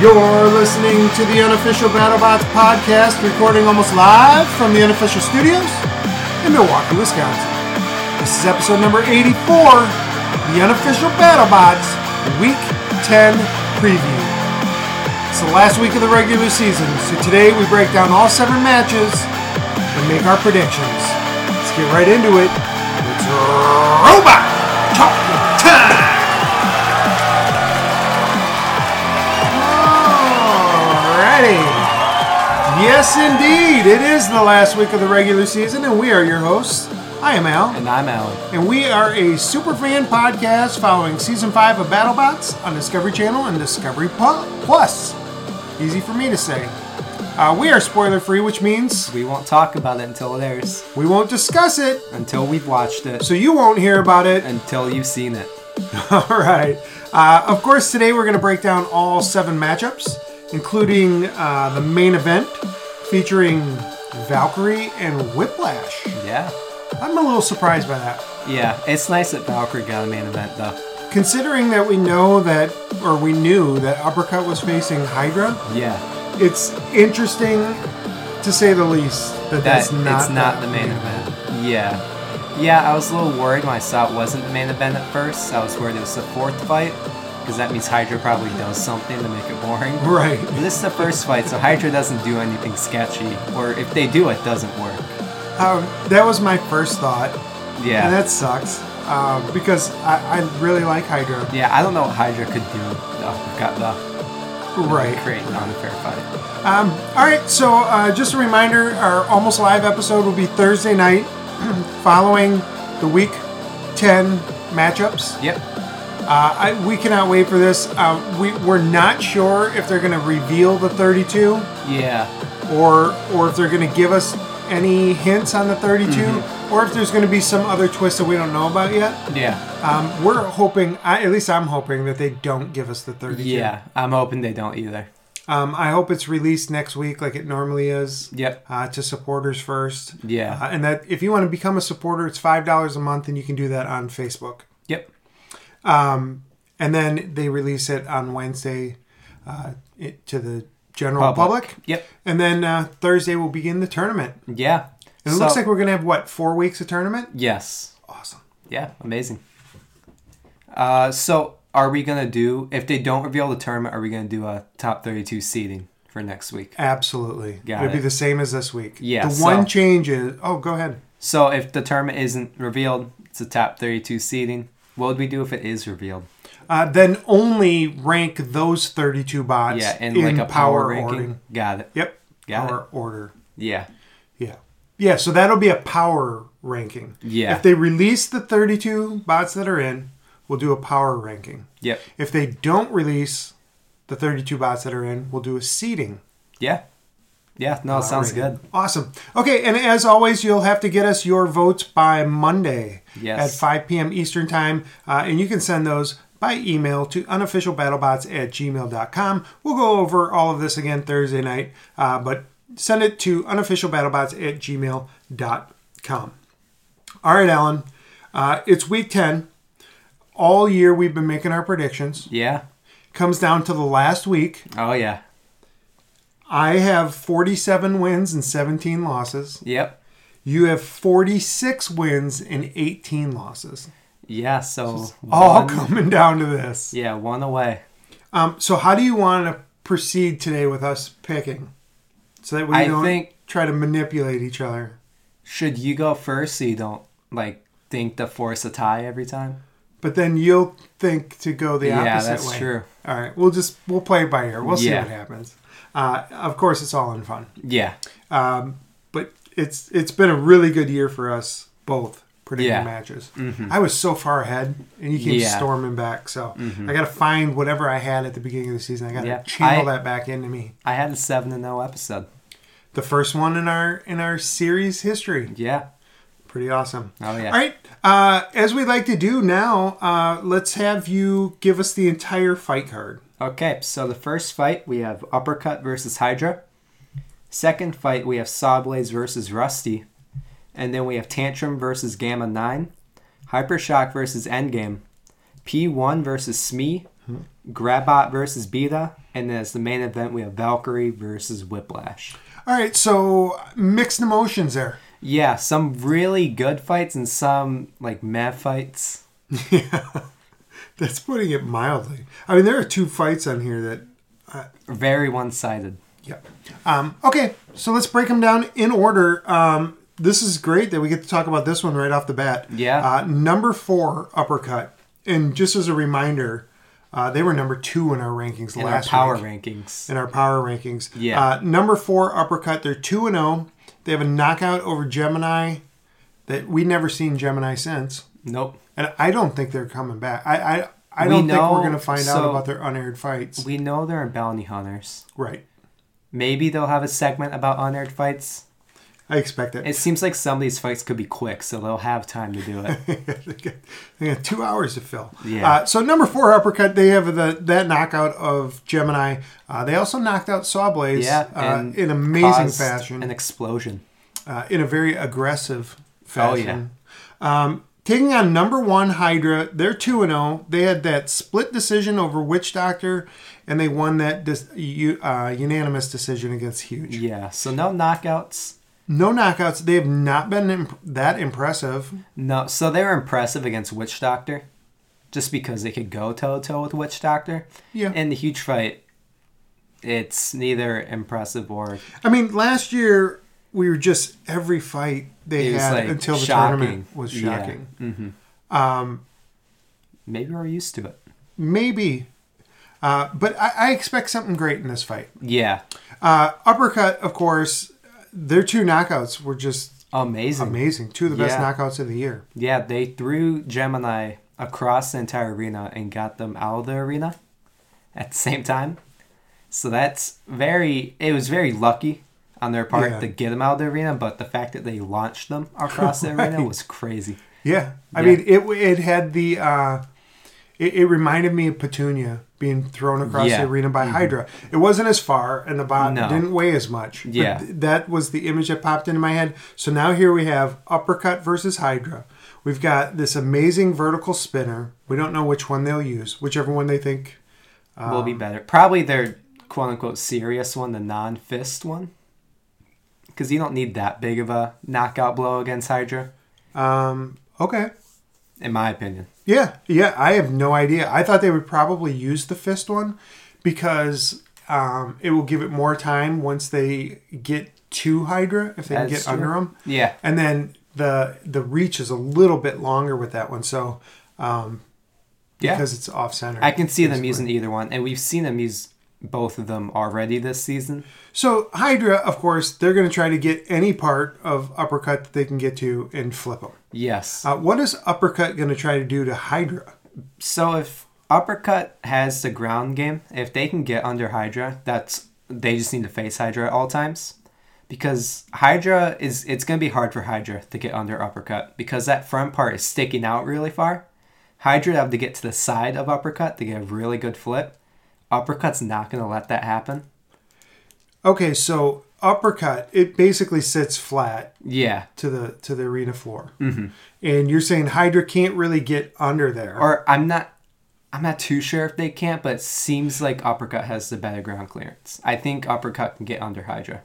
You're listening to the unofficial BattleBots podcast, recording almost live from the unofficial studios in Milwaukee, Wisconsin. This is episode number 84, the unofficial BattleBots Week 10 preview. It's the last week of the regular season, so today we break down all seven matches and make our predictions. Let's get right into it. It's Robot Talk Time! Alrighty. Yes, indeed. It is the last week of the regular season, and we are your hosts. I am Al, And I'm Alan. and we are a superfan podcast following season five of BattleBots on Discovery Channel and Discovery Pu- Plus. Easy for me to say. Uh, we are spoiler free, which means We won't talk about it until it airs, we won't discuss it, until we've watched it, so you won't hear about it until you've seen it. All right. Uh, of course, today we're going to break down all seven matchups, including uh, the main event featuring Valkyrie and Whiplash. Yeah. I'm a little surprised by that, Yeah. It's nice that Valkyrie got a main event, though. considering that we know that, or we knew that Uppercut was facing Hydra. Yeah. It's interesting, to say the least, that, That that's not it's not the main event. Yeah. Yeah, I was a little worried when I saw it wasn't the main event at first. I was worried it was the fourth fight, because that means Hydra probably does something to make it boring. Right. But this is the first fight, so Hydra doesn't do anything sketchy, or if they do, it doesn't work. Um, that was my first thought, Yeah. and that sucks uh, because I, I really like Hydra. yeah, I don't know what Hydra could do. Oh, got the Right. create an unfair fight. Um, all right, so uh, just a reminder our almost live episode will be Thursday night following the week 10 matchups. Yep. Uh, I, we cannot wait for this. Uh, we, we're not sure if they're going to reveal the 32 Yeah. or, or if they're going to give us any hints on the 32 Mm-hmm. or if there's going to be some other twist that we don't know about yet. Yeah. Um, we're hoping, I, at least I'm hoping, that they don't give us the 32. Yeah. I'm hoping they don't either. Um, I hope it's released next week like it normally is. Yep. uh, to supporters first. Yeah. Uh, and that if you want to become a supporter, it's five dollars a month, and you can do that on Facebook. Yep. And then they release it on Wednesday uh, it, to the general public. Yep. And then uh, Thursday will begin the tournament. Yeah. And it looks like we're gonna have what four weeks of tournament. Yes. Awesome. Yeah. Amazing. Uh, so are we gonna do if they don't reveal the tournament? Are we gonna do a top thirty-two seeding for next week? Absolutely. Got It'll be it. the same as this week. Yeah, The so- one change is oh, go ahead. So if the tournament isn't revealed, it's a top thirty-two seeding. What would we do if it is revealed? Uh, then only rank those thirty-two bots. Yeah, in, like a power, ranking. ordering. Got it. Yep. Got power order. Yeah. Yeah. Yeah, so that'll be a power ranking. Yeah. If they release the 32 bots that are in, we'll do a power ranking. Yep. If they don't release the 32 bots that are in, we'll do a seeding. Yeah. Yeah. No, it sounds ranking. good. Awesome. Okay, and as always, you'll have to get us your votes by Monday Yes. at 5 p.m. Eastern Time, uh, and you can send those by email to unofficialbattlebots at gmail.com. We'll go over all of this again Thursday night, uh, but send it to unofficialbattlebots at gmail.com. All right, Alan, uh, it's week 10. All year we've been making our predictions. Yeah. Comes down to the last week. Oh yeah. I have 47 wins and 17 losses. Yep. You have 46 wins and 18 losses. Yeah. So All one- coming down to this. Yeah, one away. Um, so, how do you want to proceed today with us picking? So that we I don't think- try to manipulate each other. Should you go first so you don't like think to force a tie every time? But then you'll think to go the Yeah, opposite that's way. true. All right, we'll just we'll play it by ear. We'll see Yeah. what happens. Uh, of course, it's all in fun. Yeah. Um, but it's it's been a really good year for us both predicting Yeah. Mm-hmm. matches. I was so far ahead, and you came Yeah. Mm-hmm. storming back. So I got to find whatever I had at the beginning of the season. I got to Yeah. channel I- that back into me. I had a seven and zero episode. The first one in our in our series history. Yeah. Pretty awesome. Oh, yeah. All right. Uh, as we like to do now, uh, let's have you give us the entire fight card. Okay, so the first fight we have Uppercut versus Hydra. Second fight we have Sawblades versus Rusty. And then we have Tantrum versus Gamma 9. Hypershock versus Endgame. P1 versus Smee. Grabot versus Beta, and then as the main event, we have Valkyrie versus Whiplash. All right, so mixed emotions there. Yeah, some really good fights and some like meh fights. That's putting it mildly. I mean, there are two fights on here that, Very one-sided. yeah. Um, okay, so let's break them down in order. Um, this is great that we get to talk about this one right off the bat. Yeah. Uh, number four, Uppercut. And just as a reminder, uh, they were number two in our rankings in our last power week. rankings. in our power rankings. Yeah. Uh, number four, Uppercut. They're 2 and 0. They have a knockout over Gemini that we never seen Gemini since. Nope. And I don't think they're coming back. I I, I We don't think know- we're going to find out so- about their unaired fights. We know there are bounty hunters. right. Maybe they'll have a segment about unaired fights. I expect it. It seems like some of these fights could be quick, so they'll have time to do it. they got- they got two hours to fill. Yeah. Uh, so number four uppercut, they have the that knockout of Gemini. Uh, they also knocked out Sawblaze Yeah, uh, and in amazing caused fashion, An explosion. uh, in a very aggressive Oh, fashion. Um, taking on number one Hydra, they're two and zero. They had that split decision over Witch Doctor, and they won that dis- u- uh, unanimous decision against Huge. Yeah. So no knockouts. No knockouts. They have not been imp- that impressive. No. So they were impressive against Witch Doctor, just because they could go toe to toe with Witch Doctor. Yeah. And the huge fight, it's neither impressive or I mean, last year we were just every fight they It was, had like, until the shocking. tournament was Yeah. shocking. maybe we're used to it. Maybe, uh, but I-, I expect something great in this fight. Yeah. Uh, uppercut, of course. Their two knockouts were just Amazing. amazing. Two of the best Yeah. knockouts of the year. Yeah, they threw Gemini across the entire arena and got them out of the arena at the same time. So that's very, it was very lucky on their part Yeah. to get them out of the arena, but the fact that they launched them across the arena was crazy. Yeah, I Yeah. mean it. It had the. Uh, it, it reminded me of Petunia being thrown across Yeah. Mm-hmm. the arena by Hydra. It wasn't as far, and the bot No. didn't weigh as much. but Yeah. th- that was the image that popped into my head. So now here we have uppercut versus Hydra. We've got this amazing vertical spinner. We don't know which one they'll use, whichever one they think. Will Um, be better. Probably their quote unquote serious one, the non fist one. Because you don't need that big of a knockout blow against Hydra, Um, okay. in my opinion. Yeah, yeah, I have no idea. I thought they would probably use the fist one because um, it will give it more time once they get to Hydra if they can That's get under 'em. true. under them, Yeah. and then the the reach is a little bit longer with that one. So um, Yeah. because it's off center, I can see them using either one, and we've seen them use both of them already this season. So Hydra, of course, they're going to try to get any part of uppercut that they can get to and flip them. Yes. Uh, what is uppercut going to try to do to Hydra? so if Uppercut has the ground game, if they can get under Hydra, that's they just need to face Hydra at all times. Because Hydra is it's gonna be hard for Hydra to get under Uppercut because that front part is sticking out really far. Hydra have to get to the side of Uppercut to get a really good flip. Uppercut's not gonna let that happen. Okay, so uppercut it basically sits flat Yeah. to the to the arena floor. Mm-hmm. And you're saying Hydra can't really get under there. or I'm not I'm not too sure if they can't, but it seems like Uppercut has the better ground clearance. I think Uppercut can get under Hydra.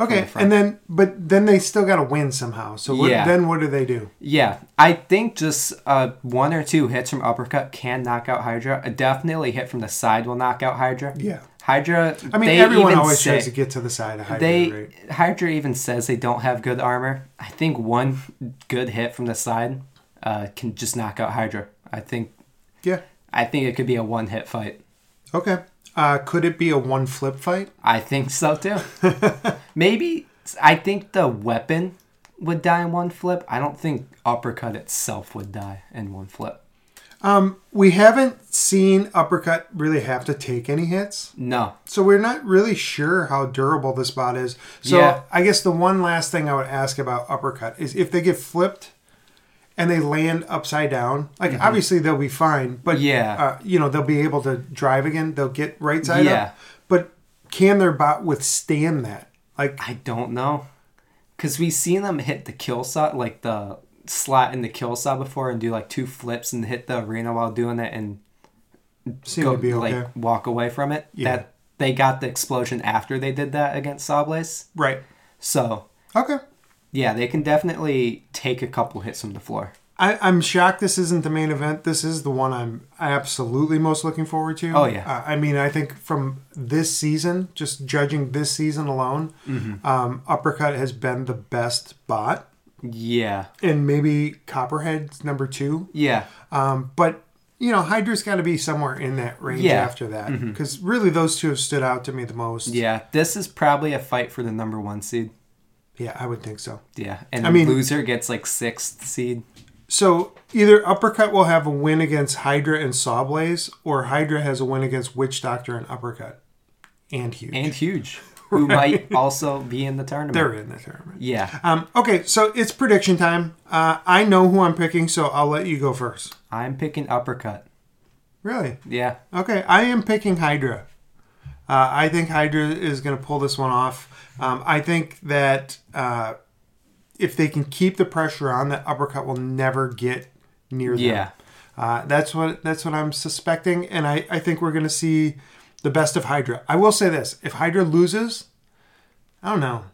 okay, the front. and then but then they still got to win somehow. So what, Yeah. then what do they do? Yeah, I think just uh, one or two hits from Uppercut can knock out Hydra. A definitely hit from the side will knock out Hydra. Yeah. Hydra. I mean, they everyone even always say- tries to get to the side of Hydra. They right? Hydra even says they don't have good armor. I think one good hit from the side uh, can just knock out Hydra. I think Yeah. I think it could be a one hit fight. Okay. Uh, could it be a one flip fight? I think so too. Maybe I think the weapon would die in one flip. I don't think uppercut itself would die in one flip. We haven't seen uppercut really have to take any hits. No. So we're not really sure how durable this bot is. So Yeah. I guess the one last thing I would ask about uppercut is if they get flipped and they land upside down, like obviously they'll be fine, but Mm-hmm. Yeah. uh, you know they'll be able to drive again. They'll get right side Yeah. up, but can their bot withstand that? Like I don't know. Cause we've seen them hit the kill shot, like the slot in the kill shot before and do like two flips and hit the arena while doing it and Seemed to be okay. like walk away from it. Yeah. That they got the explosion after they did that against Sablace. Right. So Okay. yeah, they can definitely take a couple hits from the floor. I, I'm shocked this isn't the main event. This is the one I'm absolutely most looking forward to. Oh, yeah. Uh, I mean, I think from this season, just judging this season alone, Mm-hmm. um, Uppercut has been the best bot, Yeah. and maybe Copperhead's number two. Yeah. Um, but you know, Hydra's got to be somewhere in that range Yeah. Mm-hmm. after that, because really those two have stood out to me the most. Yeah. This is probably a fight for the number one seed. Yeah, I would think so. Yeah. And I the mean- loser gets like sixth seed. So either Uppercut will have a win against Hydra and Sawblaze, or Hydra has a win against Witch Doctor and Uppercut and Huge. And huge. Who might also be in the tournament. They're in the tournament. Yeah. Um, okay, so it's prediction time. Uh, I know who I'm picking, so I'll let you go first. I'm picking uppercut. Really? Yeah. Okay, I am picking Hydra. Uh, I think Hydra is going to pull this one off. Um, I think that uh, if they can keep the pressure on, that uppercut will never get near them. Yeah. Uh, that's what that's what I'm suspecting, and I, I think we're going to see the best of Hydra. I will say this: if Hydra loses, I don't know,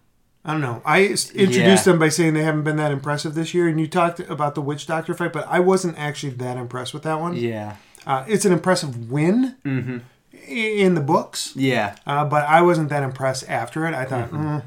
I don't know. I s- introduced Yeah. them by saying they haven't been that impressive this year, and you talked about the Witch Doctor fight, but I wasn't actually that impressed with that one. Yeah. Uh, it's an impressive win Mm-hmm. i- in the books, Yeah. uh, but I wasn't that impressed after it. I thought, Mm-hmm. mm,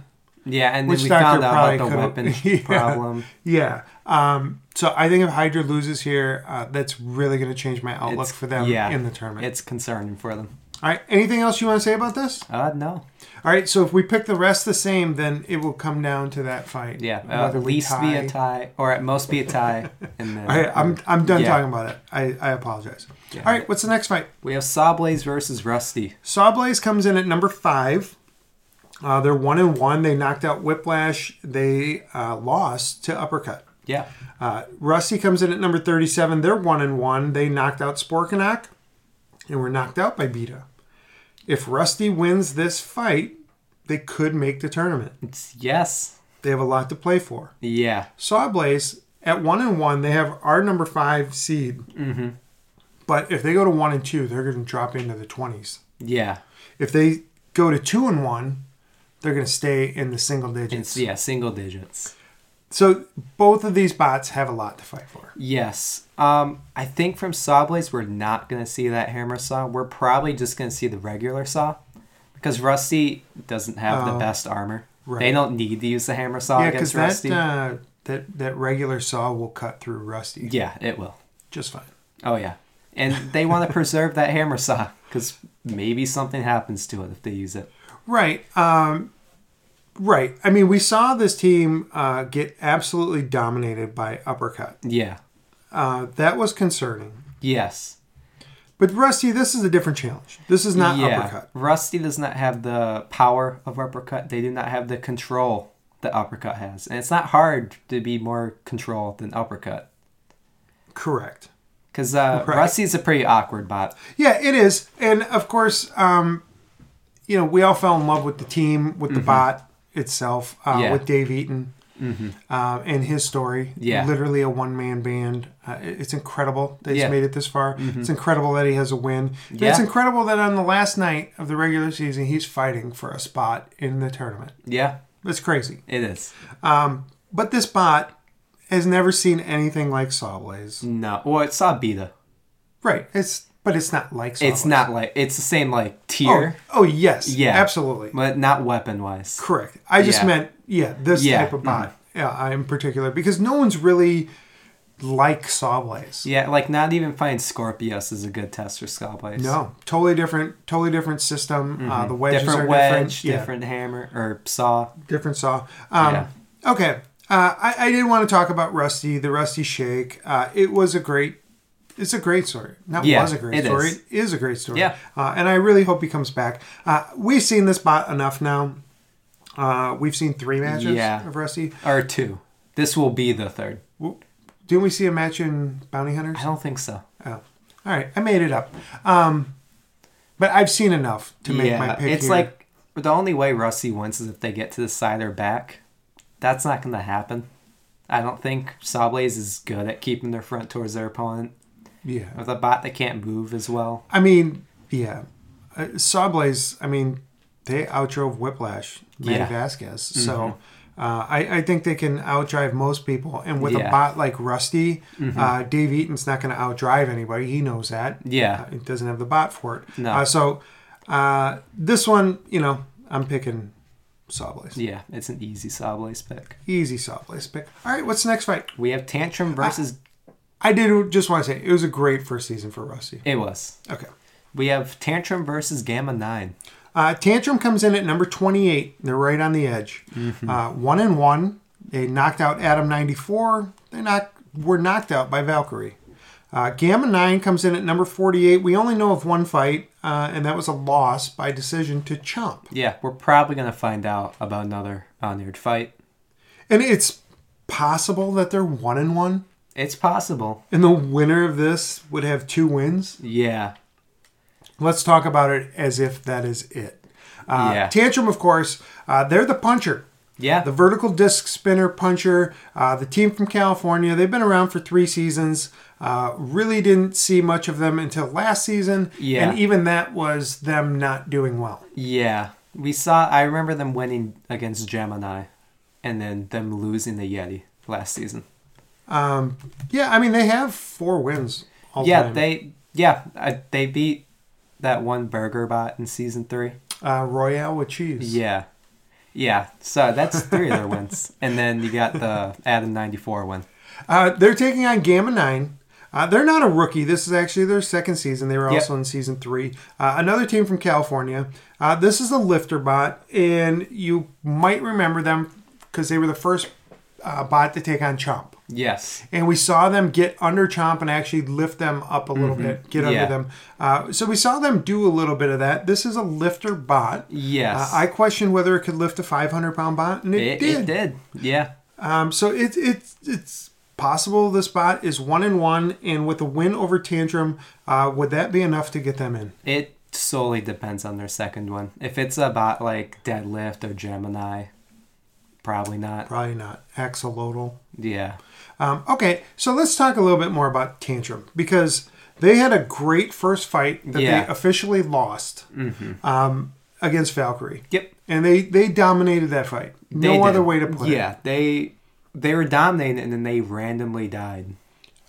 Yeah. And then Which we doctor found out about the probably weapon could've- Yeah. problem. yeah. Um, so I think if Hydra loses here, uh, that's really going to change my outlook It's- for them yeah. in the tournament. It's concerning for them. All right. Anything else you want to say about this? Uh, no. All right, so if we pick the rest the same, then it will come down to that fight. Yeah. Uh, at Whether we least be a tie, or at most be a tie. And then All right, I'm I'm done Yeah. talking about it. I, I apologize. All right, what's the next fight? we have Sawblaze versus Rusty. Sawblaze comes in at number five. Uh, they're one and one. They knocked out Whiplash. They uh, lost to Uppercut. Yeah. Uh, Rusty comes in at number thirty-seven. They're one and one. They knocked out Sporkanak, and were knocked out by Beta. If Rusty wins this fight, they could make the tournament. It's yes. They have a lot to play for. Yeah. Sawblaze at one and one, they have our number five seed. Mm-hmm. But if they go to one and two, they're going to drop into the twenties. Yeah. If they go to two and one, they're going to stay in the single digits. It's yeah, single digits. So both of these bots have a lot to fight for. Yes. Um, I think from Sawblaze we're not gonna see that hammer saw. We're probably just gonna see the regular saw. Because Rusty doesn't have the best armor. They Oh. right. don't need to use the hammer saw yeah, because against that Rusty. uh, that that regular saw will cut through rusty Yeah, it will. just fine. Oh yeah. And they want to preserve that hammer saw because maybe something happens to it if they use it. Right. Um, right. I mean, we saw this team uh, get absolutely dominated by uppercut. Yeah. Uh, that was concerning. Yes. But Rusty, this is a different challenge. This is not yeah. uppercut. Rusty does not have the power of uppercut. They do not have the control that uppercut has. And it's not hard to be more control than uppercut. Correct. Because uh, Right. Rusty's a pretty awkward bot. Yeah, it is. And of course, um, you know, we all fell in love with the team, with the bot itself, uh, Mm-hmm. Yeah. Mm-hmm. with Dave Eaton uh, and his story. Yeah. Literally a one man band. Uh, it- it's incredible that he's Yeah. Mm-hmm. made it this far. It's incredible that he has a win. And It's Yeah. incredible that on the last night of the regular season, he's fighting for a spot in the tournament. Yeah, It's crazy. it is. But this bot has never seen anything like Sawblaze. No, well, it's Sabita. Right. It's but it's not like Sawblade. It's not like it's the same like Oh, tier, oh yes. Yeah. Yeah. Absolutely. but not weapon wise. Correct. I just Yeah. meant yeah this Yeah, Mm-hmm. type of bot. Yeah, in particular because no one's really like Sawblaze. Yeah, like not even find Scorpius is a good test for Sawblaze. No, totally different. Totally different system. Uh, the wedges Mm-hmm. different are wedge, different. Yeah, different hammer or saw. different saw. Um, Yeah. Okay. Uh, I, I did want to talk about Rusty, the Rusty Shake. Uh, it was a great, it's a great story. Not Yeah, was a great it story. is. It is a great story. Yeah. Uh, and I really hope he comes back. Uh, we've seen this bot enough now. Uh, we've seen three matches Yeah. of Rusty. or two. This will be the third. W- Didn't we see a match in Bounty Hunters? I don't think so. Oh. All right. I made it up. Um, but I've seen enough to make my yeah, pick. it's here. like the only way Rusty wins is if they get to the side or back. That's not going to happen. I don't think Sablaze is good at keeping their front towards their opponent. Yeah. With a bot that can't move as well. I mean, yeah. Uh, Sawblaze, I mean, they outdrove Whiplash, Manny Yeah. Mm-hmm. Vasquez. So uh, I, I think they can outdrive most people. And with a Yeah. Mm-hmm. bot like Rusty, uh, Dave Eaton's not going to outdrive anybody. He knows that. Yeah. Uh, he doesn't have the bot for it. No. Uh, so uh, this one, you know, I'm picking Sawblaze. Yeah, it's an easy Sawblaze pick. Easy Sawblaze pick. All right, what's the next fight? We have Tantrum versus. I did just want to say it was a great first season for Rusty. it was. Okay. We have Tantrum versus Gamma 9. Uh, Tantrum comes in at number 28. They're right on the edge. Uh, one and one. They knocked out Adam 94. They knocked, were knocked out by Valkyrie. Uh, Gamma 9 comes in at number 48. We only know of one fight, uh, and that was a loss by decision to Chomp. Yeah, we're probably going to find out about another Honored fight. And it's possible that they're one and one, It's possible. and the winner of this would have two wins. Yeah. Let's talk about it as if that is it. Uh, Yeah. Tantrum, of course, uh, they're the puncher. Yeah. The vertical disc spinner puncher, uh, the team from California, they've been around for three seasons. Uh, really didn't see much of them until last season. Yeah. And even that was them not doing well. yeah. We saw. I remember them winning against Gemini and then them losing the Yeti last season. Yeah, I mean, they have four wins all yeah, time. they. Yeah, I, they beat that one burger bot in season three. Uh, Royale with cheese. Yeah. Yeah. So that's three of their wins. And then you got the Adam 94 win. Uh, they're taking on Gamma 9. Uh, they're not a rookie. This is actually their second season. They were Yep. also in season three. Uh, another team from California. Uh, this is the Lifter bot, and you might remember them because they were the first uh, bot to take on Chomp. Yes. And we saw them get under Chomp and actually lift them up a little bit, get Yeah. under them. Uh, so we saw them do a little bit of that. This is a lifter bot. Uh, Yes. I questioned whether it could lift a 500 pound bot, and it, it, did. it did. Yeah. Um, so it's it's it's possible this bot is one and one, and with a win over Tantrum, uh, would that be enough to get them in? It solely depends on their second one. If it's about like deadlift or Gemini, probably not. Probably not. Axolotl. Yeah. Um, okay, so let's talk a little bit more about Tantrum because they had a great first fight that Yeah. Mm-hmm. they officially lost um, against Valkyrie, Yep. and they they dominated that fight. They no did. other way to put it. Yeah. They they were dominating and then they randomly died.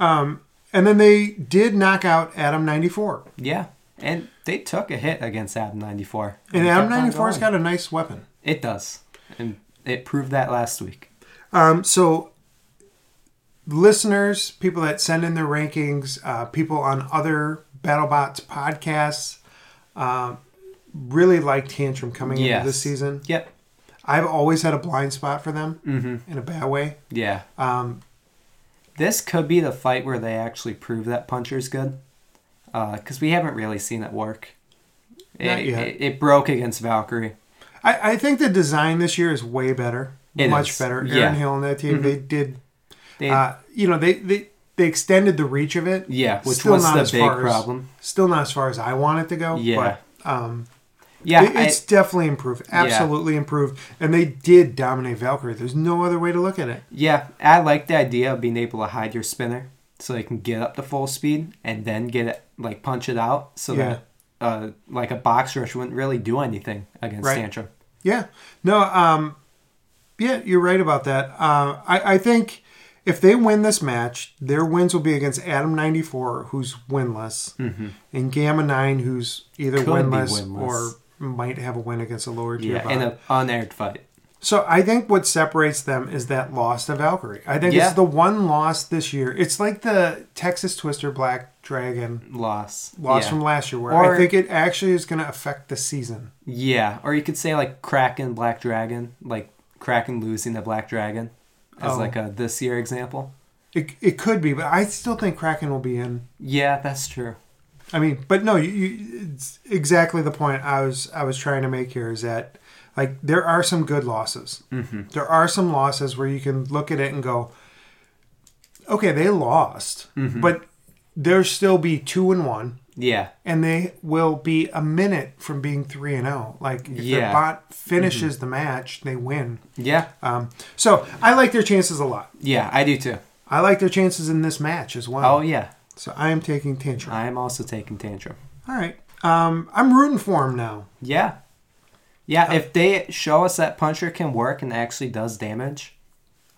And then they did knock out Adam ninety four, Yeah. And they took a hit against Adam 94. and They Adam kept on ninety four's going. got a nice weapon. It does. And it proved that last week. Um, so, listeners, people that send in their rankings, uh, people on other BattleBots podcasts, um, really like Tantrum coming Yes. into this season. Yep. I've always had a blind spot for them Mm-hmm. in a bad way. Yeah. Um, This could be the fight where they actually prove that puncher's good, because we haven't really seen it work. It, Not yet. It, it broke against Valkyrie. I, I think the design this year is way better, It much is. better. Aaron Yeah. Mm-hmm. Hill and that team, they did, They, uh, you know, they, they they extended the reach of it. yeah, which still was not the as big far as- problem. Still not as far as I want it to go. Yeah. But, um, Yeah, It- it's I, definitely improved. Absolutely improved. And they did dominate Valkyrie. There's no other way to look at it. yeah, I like the idea of being able to hide your spinner so they can get up to full speed and then get it like punch it out so Yeah. that uh, like a box rush wouldn't really do anything against Right. Tantrum. Yeah. No, um, yeah, you're right about that. Uh, I, I think if they win this match, their wins will be against Adam 94, who's winless, and Gamma 9, who's either Mm-hmm. Could be winless, winless. or might have a win against a lower tier Yeah, bot. in an unaired fight. So I think what separates them is that loss to Valkyrie. I think Yeah. it's the one loss this year. It's like the Texas Twister Black Dragon Loss. loss yeah. from last year, where I Or- think it actually is going to affect the season. Yeah, or you could say like Kraken, Black Dragon, like Kraken losing the Black Dragon as Oh. like a this year example. It, it could be, but I still think Kraken will be in. Yeah, that's true. I mean, but no, you, you, it's exactly the point I was I was trying to make here is that like there are some good losses. Mm-hmm. There are some losses where you can look at it and go, okay, they lost, Mm-hmm. but there'll still be two and one. Yeah, and they will be a minute from being three and zero. Like if their Yeah. Mm-hmm. bot finishes the match, they win. yeah, Um, so I like their chances a lot. yeah. I do too. I like their chances in this match as well. Oh yeah, So I am taking Tantrum. I am also taking Tantrum. All right. Um, I'm rooting for him now. Yeah. Yeah, if they show us that Puncher can work and actually does damage,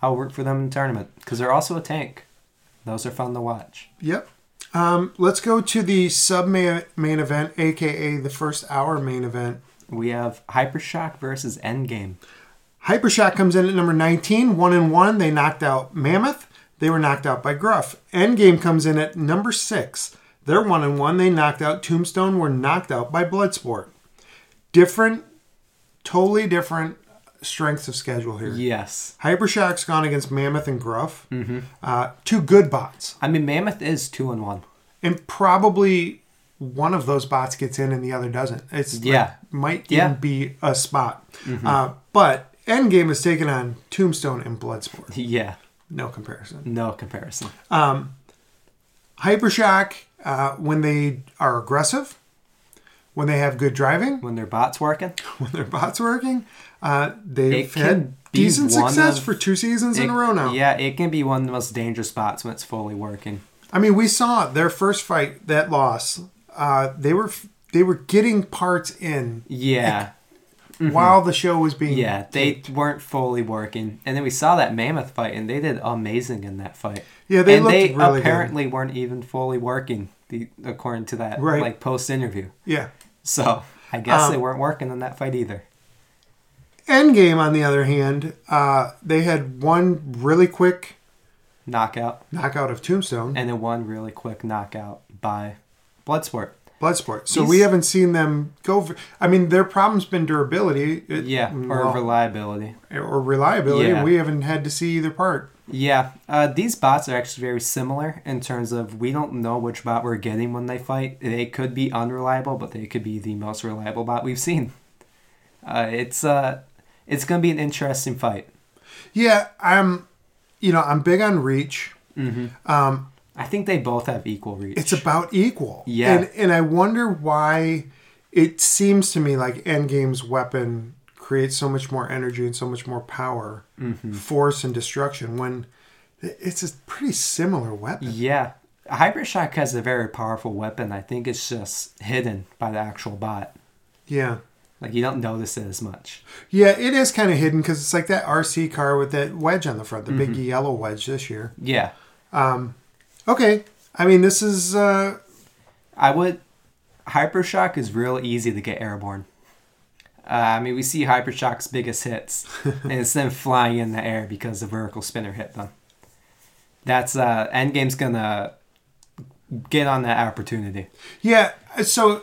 I'll work for them in tournament because they're also a tank. Those are fun to watch. Yep. Um, let's go to the sub main event, aka the first hour main event. We have Hypershock versus Endgame. Hypershot comes in at number 19, 1 and 1. They knocked out Mammoth. They were knocked out by Gruff. Endgame comes in at number 6. They're 1 and 1. They knocked out Tombstone, were knocked out by Bloodsport. Different, totally different strengths of schedule here. Yes. Hypershock's gone against Mammoth and Gruff. Mm-hmm. Uh, two good bots. I mean, Mammoth is 2 and 1. And probably one of those bots gets in and the other doesn't. It's like, Yeah. might Yeah. Mm-hmm. even be a spot. Uh, but Endgame is taking on Tombstone and Bloodsport. Yeah. No comparison. No comparison. Hypershock, uh, when they are aggressive, when they have good driving, When their bot's working, when their bots working, uh, they've It can had be decent one success of- for two seasons in a It- row now. Yeah, it can be one of the most dangerous spots when it's fully working. I mean, we saw their first fight, that loss. Uh, they were they were getting parts in Yeah, while the show was being Mm-hmm. yeah, they weren't fully working, and then we saw that mammoth fight, and they did amazing in that fight. Yeah, they and looked they really good. apparently weren't even fully working, the, according to that Right. like post interview. yeah. So I guess Um, they weren't working in that fight either. Endgame, on the other hand, uh, they had one really quick Knockout, knockout of Tombstone, and then one really quick knockout by Bloodsport. Bloodsport. So He's- we haven't seen them go. For, I mean, their problem's been durability, it- Yeah, or well, reliability. or reliability. Yeah. We haven't had to see either part. Yeah, uh, these bots are actually very similar in terms of we don't know which bot we're getting when they fight. They could be unreliable, but they could be the most reliable bot we've seen. Uh, it's uh, it's gonna be an interesting fight. Yeah, I'm. You know, I'm big on reach. I think they both have equal reach. It's about equal. Yeah. and and I wonder why it seems to me like Endgame's weapon creates so much more energy and so much more power, Mm-hmm. force and destruction when it's a pretty similar weapon. yeah. Hypershock has a very powerful weapon. I think it's just hidden by the actual bot. Yeah. Like you don't notice it as much. Yeah, it is kind of hidden because it's like that RC car with that wedge on the front, the Mm-hmm. big yellow wedge this year. Yeah, Okay, I mean this is uh, I would. Hypershock is real easy to get airborne. Uh, I mean, we see Hypershock's biggest hits, and it's them flying in the air because the vertical spinner hit them. That's uh, Endgame's gonna get on that opportunity. yeah. So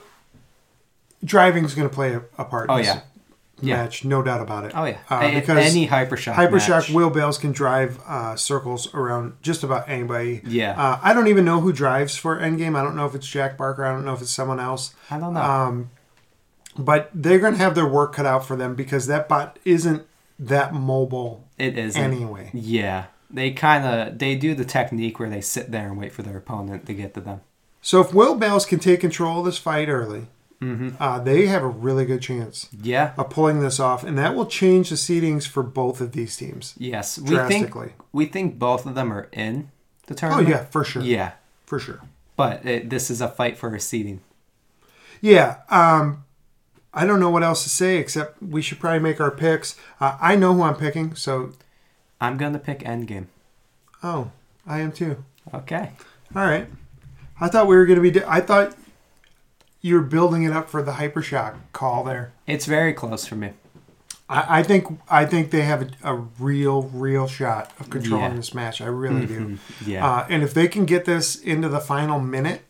driving's going to play a, a part. Oh in this yeah, yeah. match, no doubt about it. Oh yeah, uh, A- because any Hypershock. Hypershock match. wheel wheelbarrows can drive uh, circles around just about anybody. Yeah. uh, I don't even know who drives for Endgame. I don't know if it's Jack Barker. I don't know if it's someone else. I don't know. um, But they're going to have their work cut out for them because that bot isn't that mobile it isn't. anyway. Yeah, they kind of they do the technique where they sit there and wait for their opponent to get to them. So if Will Bells can take control of this fight early, Mm-hmm. uh, they have a really good chance Yeah. of pulling this off, and that will change the seedings for both of these teams. Yes, we think Drastically. we think both of them are in the Oh tournament. yeah, for sure. Yeah, for sure. but it, this is a fight for a seeding. Yeah. Um, I don't know what else to say except we should probably make our picks. Uh, I know who I'm picking, so I'm gonna pick Endgame. oh, I am too. Okay. All right. I thought we were going to be. Di- I thought you were building it up for the hypershock call there. It's very close for me. I, I think I think they have a, a real, real shot of controlling Yeah. Mm-hmm. this match. I really do. Yeah. Uh, and if they can get this into the final minute,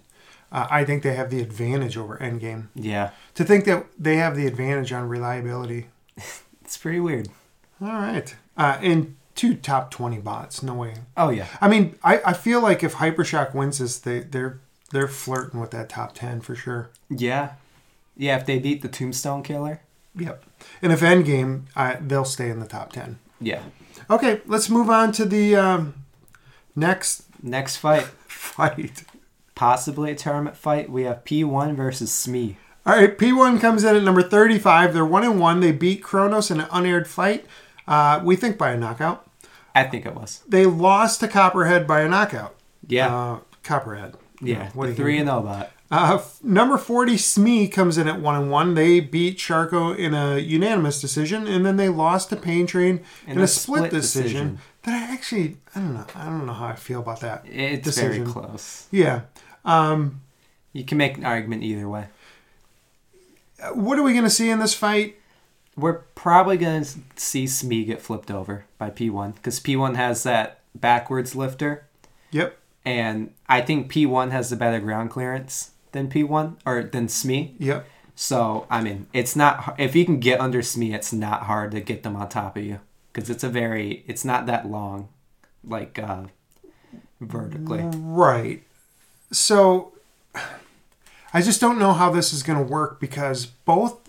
uh, I think they have the advantage over Endgame. Yeah. To think that they have the advantage on reliability. It's pretty weird. All right. Uh, and two top 20 bots. No way. Oh yeah. I mean, I, I feel like if Hypershock wins this, they, they're they're flirting with that top 10 for sure. Yeah. Yeah, if they beat the Tombstone Killer. Yep. And if Endgame, I, they'll stay in the top 10. Yeah. Okay, let's move on to the um, next Next fight, fight. possibly a tournament fight, we have P1 versus E. Smee. All right, P1 comes in at number 35. They're 1 and 1. They beat Kronos in an unaired fight, uh, we think by a knockout. I think it was. They lost to Copperhead by a knockout. Yeah. Uh, Copperhead. Yeah, what do we're you three and oh zero about it. Uh, f- number 40, Smee comes in at 1 and 1. They beat Sharko in a unanimous decision, and then they lost to Pain Train in, a, split, decision, decision. That I actually, I don't know. I don't know how I feel about that. It's very close. Yeah. Um, You can make an argument either way. Uh, What are we going to see in this fight? We're probably going to see Smee get flipped over by P1 because P1 has that backwards lifter, Yep. and I think P1 has the better ground clearance than P1 or than Smee. Yep. So I mean, it's not h- if you can get under Smee, it's not hard to get them on top of you because it's a very it's not that long, like uh vertically. Right. So I just don't know how this is going to work because both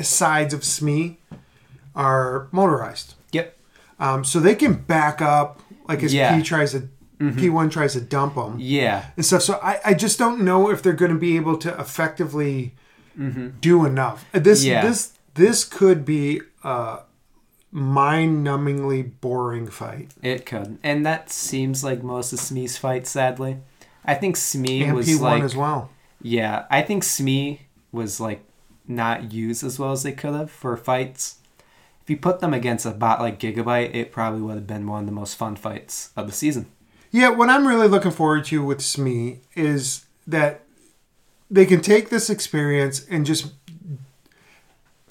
sides of Smee are motorized. Yep. Um, so they can back up, like as Yeah. Mm-hmm. P tries to, P1 tries to dump them. Yeah. and stuff. So I, I just don't know if they're going to be able to effectively do enough. This Mm-hmm. Yeah. this this could be a mind-numbingly boring fight. It could, and that seems like most of Smee's fights. Sadly, I think Smee And was P1 like, as well. yeah, I think Smee was like not used as well as they could have for fights. If you put them against a bot like Gigabyte, it probably would have been one of the most fun fights of the season. Yeah, what I'm really looking forward to with Smee is that they can take this experience and just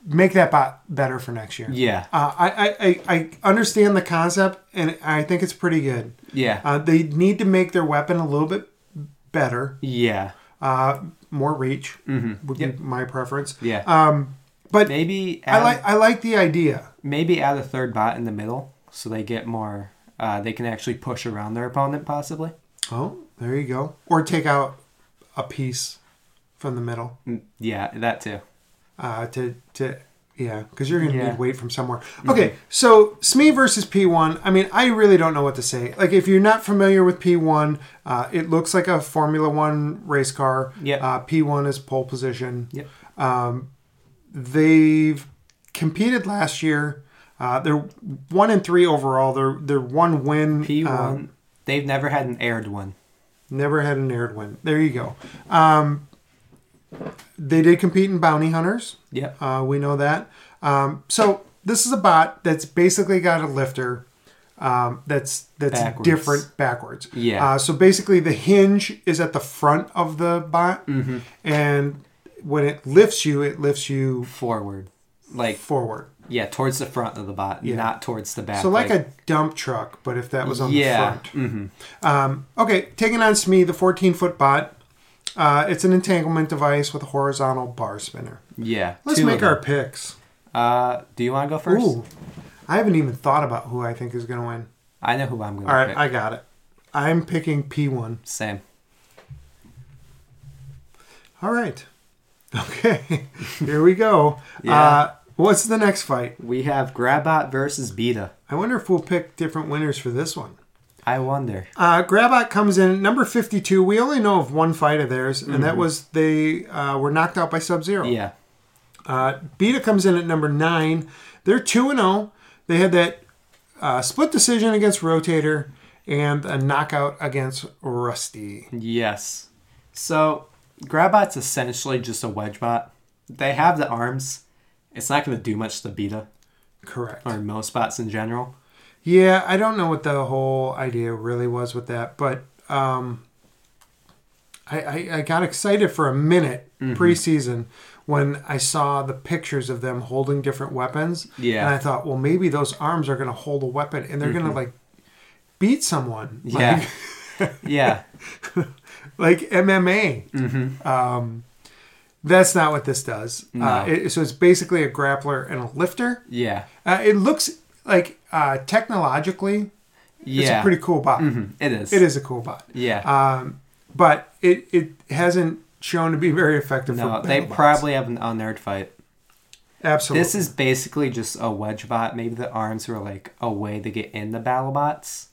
make that bot better for next year. Yeah, Uh, I, I, I, I understand the concept and I think it's pretty good. yeah, Uh, they need to make their weapon a little bit better. yeah, Uh, more reach would be my preference. Mm-hmm. Um, yeah. But maybe I add, like I like the idea. maybe add a third bot in the middle so they get more. Uh, they can actually push around their opponent possibly. Oh, there you go. Or take out a piece from the middle Mm, Yeah, that too. uh, to to yeah, because you're gonna Yeah. need weight from somewhere. Okay, so Smee versus P1. I mean, I really don't know what to say. Like, if you're not familiar with P1, uh, it looks like a Formula One race car. Yep. Uh, P1 is pole position. Yep. They've competed last year. Uh, they're one and three overall. They're they're one win. P one. um, they've never had an aired one. never had an aired win. There you go. Um, they did compete in Bounty Hunters. Yep. Uh, we know that. Um, so this is a bot that's basically got a lifter. Um, that's that's Backwards. different backwards. Yeah. Uh, so basically, the hinge is at the front of the bot, Mm-hmm. and when it lifts you, it lifts you Forward. Like forward. yeah, towards the front of the bot, not towards the back. So like, a dump truck, but if that was on Yeah, Mm-hmm. the front. Um, okay, taking on Smee, the 14 foot bot. Uh, it's an entanglement device with a horizontal bar spinner. yeah. Let's two make of our them. picks. Uh, do you want to go first? Ooh, I haven't even thought about who I think is going to win. I know who I'm going All right, to pick. I got it. I'm picking P1. Same. All right. Okay, here we go. Yeah. uh, what's the next fight? We have Grabot versus Beta. I wonder if we'll pick different winners for this one. I wonder. Uh, Grabot comes in at number 52. We only know of one fight of theirs, and that was they uh, were knocked out by Sub Zero. Mm-hmm. Yeah. Uh, Beta comes in at number 9. They're 2 and 0. They had that uh, split decision against Rotator and a knockout against Rusty. Yes. So Grabot's essentially just a wedge bot. They have the arms. It's not going to do much to Beta Correct. or most bots in general. Yeah, I don't know what the whole idea really was with that, but um, I, I, I got excited for a minute Mm-hmm. preseason when I saw the pictures of them holding different weapons. Yeah. Mm-hmm. And I thought, well, maybe those arms are going to hold a weapon and they're going to like beat someone. Yeah. Like, yeah. like MMA. Um, Mm-hmm. that's not what this does. Uh, it- so it's basically a grappler and a lifter. Yeah. Uh, it looks like uh, technologically, Yeah. Mm-hmm. Hmm. it's a pretty cool bot. It is. It is Uh, a cool bot, Yeah. but it it hasn't shown to be very effective. no, for they battle bots. probably have an unaired fight. absolutely. This is basically just a wedge bot. Maybe the arms were like a way to get in the battle bots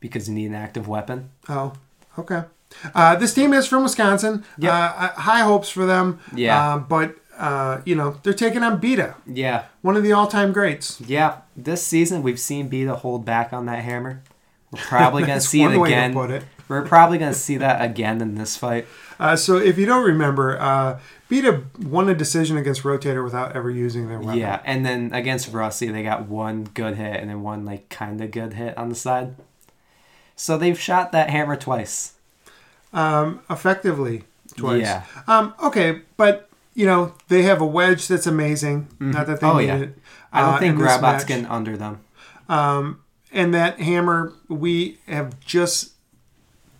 because you need an active weapon. oh okay. Uh, this team is from Wisconsin. Yep. Uh, I- high hopes for them. Yeah. Uh, but uh, you know they're taking on Beta, Yeah. one of the all-time greats. Yeah. This season, we've seen Beta hold back on that hammer. We're probably gonna That's see one it way to again. put it. We're probably gonna see that again in this fight. Uh, so if you don't remember, uh, Beta won a decision against Rotator without ever using their weapon. Yeah, and then against Rossi, they got one good hit and then one like kind of good hit on the side. So they've shot that hammer twice. Um, effectively twice. Yeah. Um, okay, but you know they have a wedge that's amazing. Not that they Oh, need yeah. it. I don't uh, think in this Robot's match. getting under them. And that hammer, we have just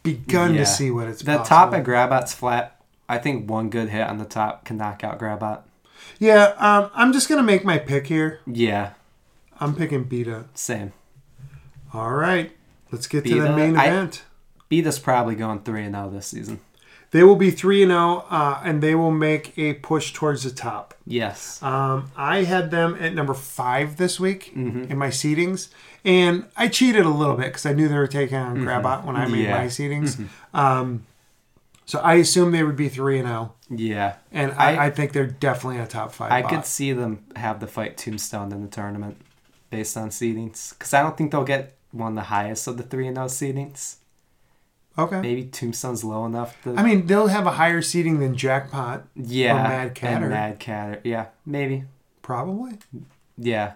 begun Yeah. to see what it's. The possible. top of Grabot's flat. I think one good hit on the top can knock out Grabot. Yeah, um, I'm just gonna make my pick here. Yeah, I'm picking Beta. same. All right, let's get to Beta, the main I- event. Beta's probably going three and zero this season. They will be three and zero, and they will make a push towards the top. Yes. Um, I had them at number five this week Mm-hmm. in my seedings, and I cheated a little bit because I knew they were taking on Grabot when I made Mm-hmm. Yeah. Mm-hmm. my seedings. Um, so I assumed they would be three and oh. zero, yeah. and I, I, I- think they're definitely a top five. I bot. could see them have the fight Tombstone in the tournament based on seedings. Because I don't think they'll get one of the highest of the 3 and 0 seedings. okay. Maybe Tombstone's low enough to. I mean, they'll have a higher seeding than Jackpot, yeah. or Mad Cat or- And Mad Catter. Yeah, maybe. probably. Yeah.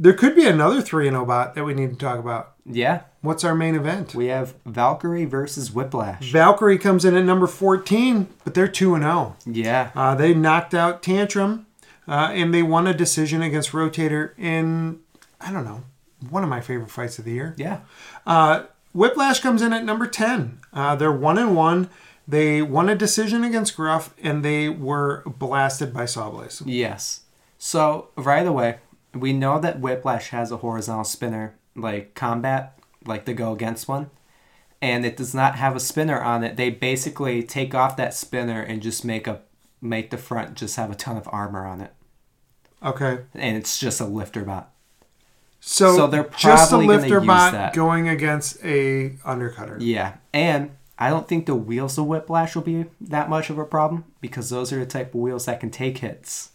There could be another three and zero bot that we need to talk about. Yeah. What's our main event? We have Valkyrie versus Whiplash. Valkyrie comes in at number fourteen, but they're two and zero. Yeah. Uh, they knocked out Tantrum, uh, and they won a decision against Rotator in, I don't know, one of my favorite fights of the year. Yeah. Uh, Whiplash comes in at number 10. Uh, they're one and one. They won a decision against Gruff, and they were blasted by Sawblaze. Yes. So, right away, we know that Whiplash has a horizontal spinner, like combat, like the go against one, and it does not have a spinner on it. They basically take off that spinner and just make a make the front just have a ton of armor on it. Okay. And it's just a lifter bot. So, So they're just a probably gonna lifter use bot that. going against a undercutter. Yeah. And I don't think the wheels of Whiplash will be that much of a problem because those are the type of wheels that can take hits.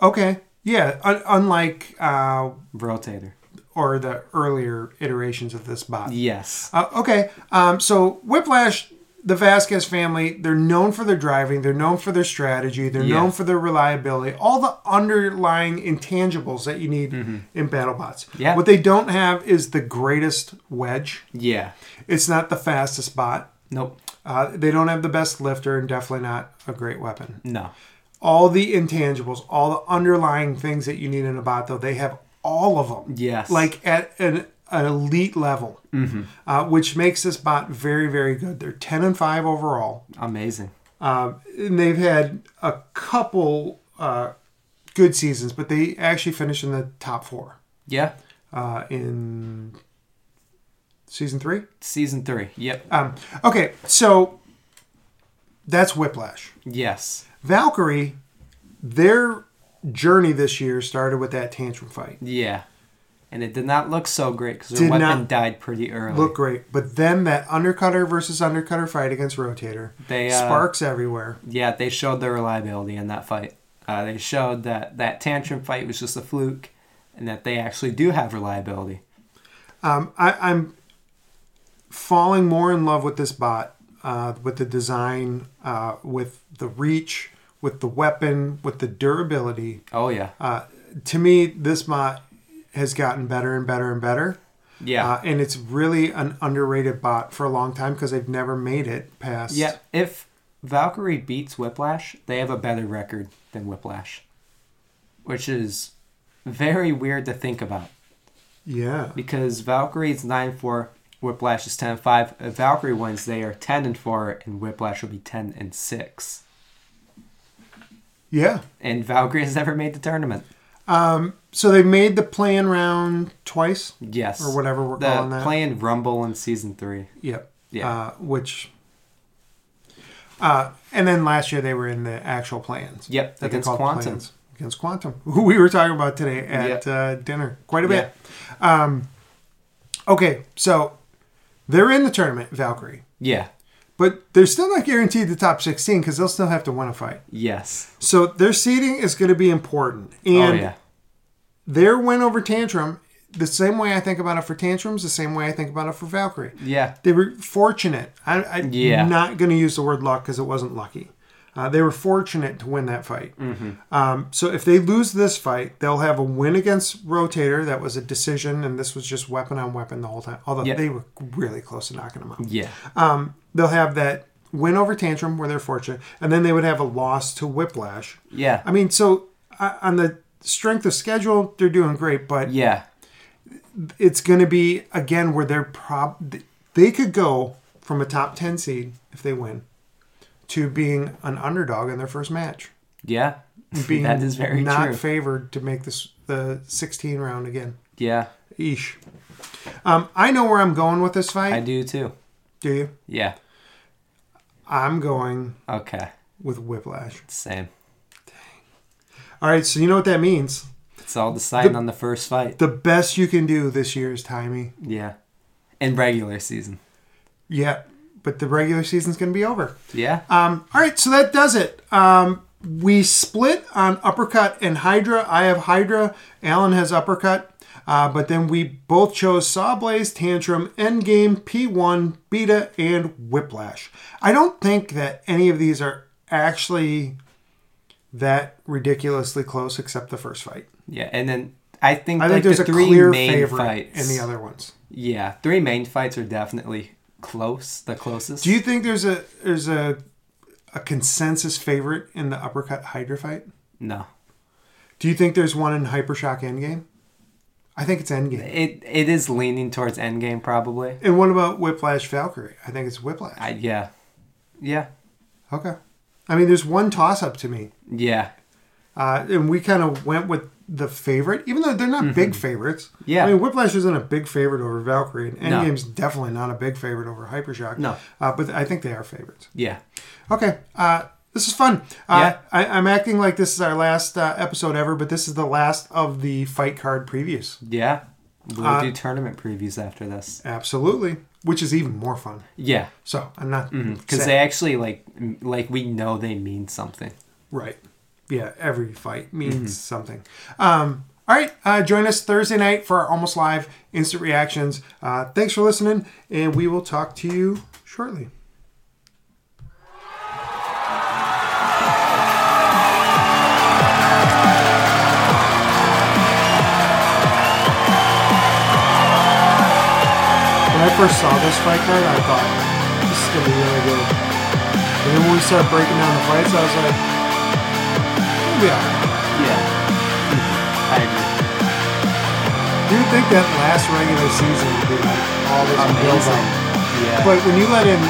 Okay. Yeah. Un- unlike uh, Rotator. or the earlier iterations of this bot. Yes. Uh, okay, um, so Whiplash, the Vasquez family, they're known for their driving, they're known for their strategy, they're Yeah. known for their reliability, all the underlying intangibles that you need in battle bots. Mm-hmm. Yeah. What they don't have is the greatest wedge. Yeah. It's not the fastest bot. Nope. Uh, they don't have the best lifter and definitely not a great weapon. No. All the intangibles, all the underlying things that you need in a bot, though, they have all of them Yes. like at an, an elite level, uh, which makes this bot very, very good. They're 10 and 5 overall. amazing. Um, and they've had a couple uh, good seasons, but they actually finished in the top four Yeah. uh, in season three. Season three. Yep. Um, okay, so that's Whiplash. Yes. Valkyrie, their journey this year started with that tantrum fight. Yeah. And it did not look so great because her Did weapon not died pretty early. look great. But then that undercutter versus undercutter fight against Rotator, They, uh, sparks everywhere. Yeah, they showed their reliability in that fight. Uh, they showed that that tantrum fight was just a fluke, and that they actually do have reliability. Um, I, I'm falling more in love with this bot, uh, with the design, uh, with the reach, with the weapon, with the durability. Oh yeah, Uh, to me, this bot has gotten better and better and better. yeah, Uh, and it's really an underrated bot for a long time because they've never made it past. yeah. If Valkyrie beats Whiplash, they have a better record than Whiplash, which is very weird to think about. Yeah. because Valkyrie's nine four, Whiplash is ten five. If Valkyrie wins, they are ten and four, and Whiplash will be ten and six. Yeah. And Valkyrie has never made the tournament. So they made the plan round twice. Yes, Or whatever we're the calling that. Playing Rumble in season three. Yep. Yeah. Uh, which. Uh, and then last year they were in the actual plans. Yep, That they against called Quantum. plans. Against Quantum, who we were talking about today at uh, dinner quite a bit. Um, okay, so they're in the tournament, Valkyrie, Yeah. but they're still not guaranteed the top 16 because they'll still have to win a fight. Yes. So their seeding is going to be important. And oh yeah. their win over Tantrum the same way I think about it for tantrums, the same way I think about it for Valkyrie. Yeah. They were fortunate. I, I'm Yeah. not going to use the word luck because it wasn't lucky. Uh, they were fortunate to win that fight. Mm-hmm. Um, so if they lose this fight, they'll have a win against Rotator. That was a decision, and this was just weapon on weapon the whole time. Although Yeah. they were really close to knocking him out. Yeah. Um, they'll have that win over Tantrum where they're fortunate, and then they would have a loss to Whiplash. Yeah. I mean, so uh, on the strength of schedule, they're doing great, but yeah. it's going to be again where they're prob they could go from a top 10 seed if they win to being an underdog in their first match Yeah. being that is very not true. favored to make this the 16 round again yeah. Eesh. um i know where i'm going with this fight I do too. do you Yeah. i'm going Okay. with whiplash Same. all right so you know what that means It's all decided on the first fight. the best you can do this year is tie me Yeah. In regular season. yeah but the regular season's going to be over Yeah. Um, all right, so that does it. Um, we split on uppercut and Hydra. I have Hydra. Alan has uppercut. Uh, but then we both chose Sawblaze, Tantrum, Endgame, P1, Beta, and Whiplash. I don't think that any of these are actually that ridiculously close except the first fight. Yeah. And then I think, I like think there's the a three clear main favorite fights. in the other ones. Yeah. Three main fights are definitely close. The closest. Do you think there's a there's a a consensus favorite in the uppercut Hydra fight? No. Do you think there's one in Hypershock Endgame? I think it's Endgame. It it is leaning towards Endgame probably. And what about Whiplash Valkyrie? I think it's Whiplash. I, yeah. Yeah. Okay. I mean, there's one toss up to me. Yeah. Uh, and we kind of went with the favorite, even though they're not big favorites. Mm-hmm. Yeah. I mean, Whiplash isn't a big favorite over Valkyrie, and No. Endgame's definitely not a big favorite over Hypershock. No. Uh, but I think they are favorites. Yeah. Okay. Uh, this is fun. Uh, Yeah. I, I'm acting like this is our last uh, episode ever, but this is the last of the fight card previews. Yeah. We'll Uh, do tournament previews after this. Absolutely. Which is even more fun. Yeah. So I'm not Because sad. they actually like m- like we know they mean something. right. Yeah, every fight means something. Um, all right, uh, join us Thursday night for our almost live instant reactions. Uh, thanks for listening, and we will talk to you shortly. When I first saw this fight card, I thought this is gonna be really good. And then when we started breaking down the fights, I was like, yeah. Yeah. I agree. Do you think that last regular season would be like all this build up? Amazing. Yeah. But when you let in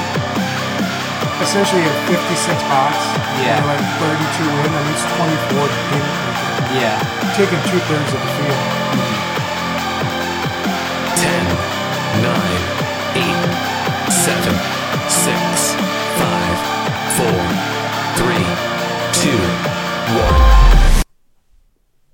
essentially a 56 box, Yeah. and like 32 in, that means 24 in, yeah. taking two thirds of the field.